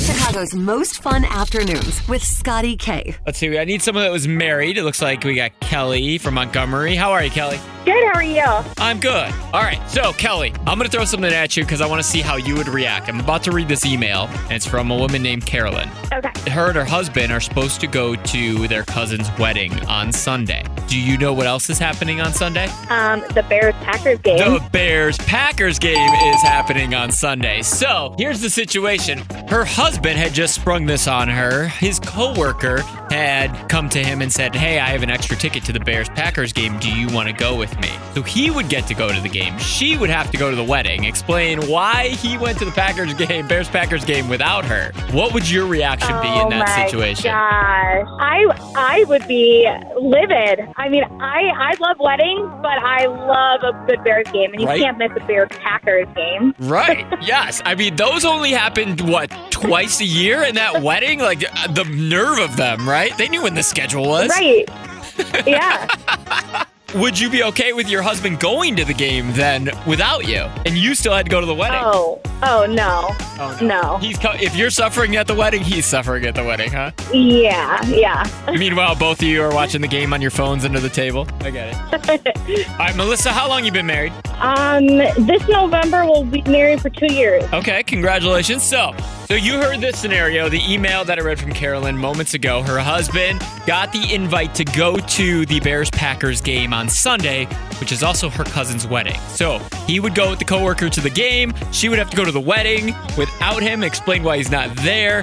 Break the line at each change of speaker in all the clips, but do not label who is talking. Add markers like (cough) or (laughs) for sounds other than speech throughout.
Chicago's most fun afternoons with Scotty K.
Let's see. I need someone that was married. It looks like we got Kelly from Montgomery. How are you, Kelly?
Good. How are you?
I'm good. All right. So, Kelly, I'm going to throw something at you because I want to see how you would react. I'm about to read this email, and it's from a woman named Carolyn.
Okay.
Her and her husband are supposed to go to their cousin's wedding on Sunday. Do you know what else is happening on Sunday?
Um, the Bears Packers game.
The Bears Packers game is happening on Sunday. So, here's the situation her husband had just sprung this on her. His coworker had come to him and said, Hey, I have an extra ticket to the Bears Packers game. Do you want to go with me? So he would get to go to the game. She would have to go to the wedding, explain why he went to the Packers game, Bears Packers game without her. What would your reaction be
oh
in that
my
situation?
Gosh, I I would be livid. I mean, I I love weddings, but I love a good Bears game, and you
Right.
can't miss a Bears Packers game. (laughs)
Right. Yes. I mean, those only happened, what, twice a year in that wedding? Like, uh, the nerve of them, right? They knew when the schedule was. (laughs)
Right. yeah.
Would you be okay with your husband going to the game then without you? And you still had to go to the wedding?
Oh. Oh no.
Oh,
no.
He's co- if you're suffering at the wedding, he's suffering at the wedding, huh?
Yeah. Yeah.
Meanwhile, both of you are watching the game on your phones under the table. I get it. All right, Melissa, how long you been married?
Um, this November we'll be married for two years.
Okay, congratulations. So, so you heard this scenario, the email that I read from Carolyn moments ago. Her husband got the invite to go to the Bears Packers game on Sunday, which is also her cousin's wedding. So he would go with the coworker to the game. She would have to go to the wedding without him. Explain why he's not there.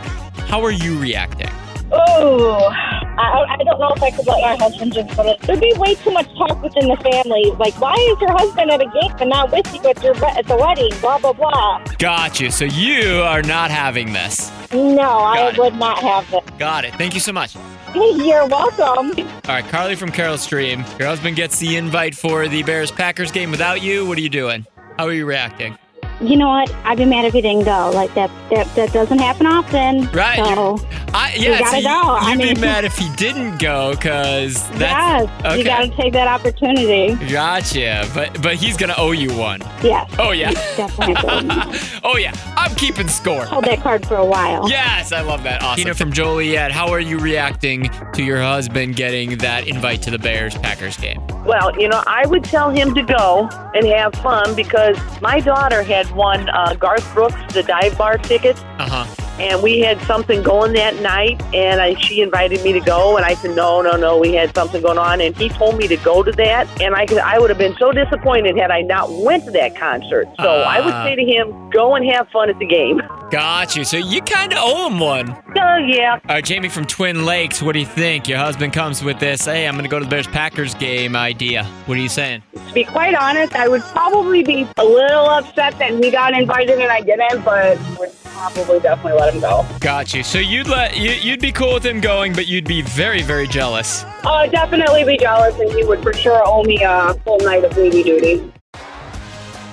How are you reacting?
Oh, I, I don't know if I could let my husband just go to. There'd be way too much talk within the family. Like, why is your husband at a game and not with you at your at the wedding? Blah blah blah.
Got you. So you are not having this.
No, I
it.
would not have this.
Got it. Thank you so much.
You're welcome.
All right, Carly from Carol Stream. Your husband gets the invite for the Bears Packers game without you. What are you doing? How are you reacting?
You know what? I'd be mad if he didn't go. Like that that, that doesn't happen often.
Right.
So
I, yeah,
gotta
so
go. I
would be
mean-
mad if he didn't go because that's.
yes, you gotta take that opportunity.
(laughs) Gotcha. But but he's going to owe you one.
Yes.
Oh, yeah.
Definitely go.
(laughs) Oh, yeah. I'm keeping score.
hold that card for a while.
Yes, I love that. Awesome. Tina from Joliet, how are you reacting to your husband getting that invite to the Bears Packers game?
Well, you know, I would tell him to go and have fun because my daughter had won uh, Garth Brooks the dive bar tickets,
Uh huh.
and we had something going that night. And I, she invited me to go, and I said no, no, no. We had something going on, and he told me to go to that. And I, could- I would have been so disappointed had I not went to that concert. So I would
Ah.
say to him, go and have fun at the game.
Got you. So you kind of owe him one.
Oh yeah,
All right, Jamie from Twin Lakes, what do you think? Your husband comes with this, hey, I'm going to go to the Bears Packers game idea. What are you saying?
To be quite honest, I would probably be a little upset that he got invited and I didn't, but would probably definitely let him go.
Got you. So you'd let you, you'd be cool with him going, but you'd be very very jealous.
Oh, I'd definitely be jealous, and he would for sure owe me a full night of Navy duty.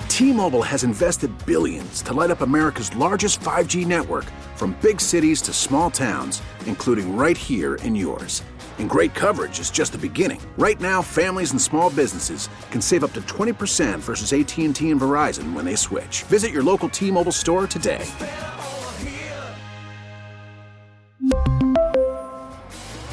T-Mobile has invested billions to light up America's largest 5G network from big cities to small towns, including right here in yours. And great coverage is just the beginning. Right now, families and small businesses can save up to 20% versus AT&T and Verizon when they switch. Visit your local T-Mobile store today.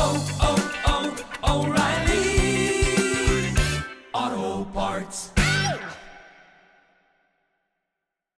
Oh, oh,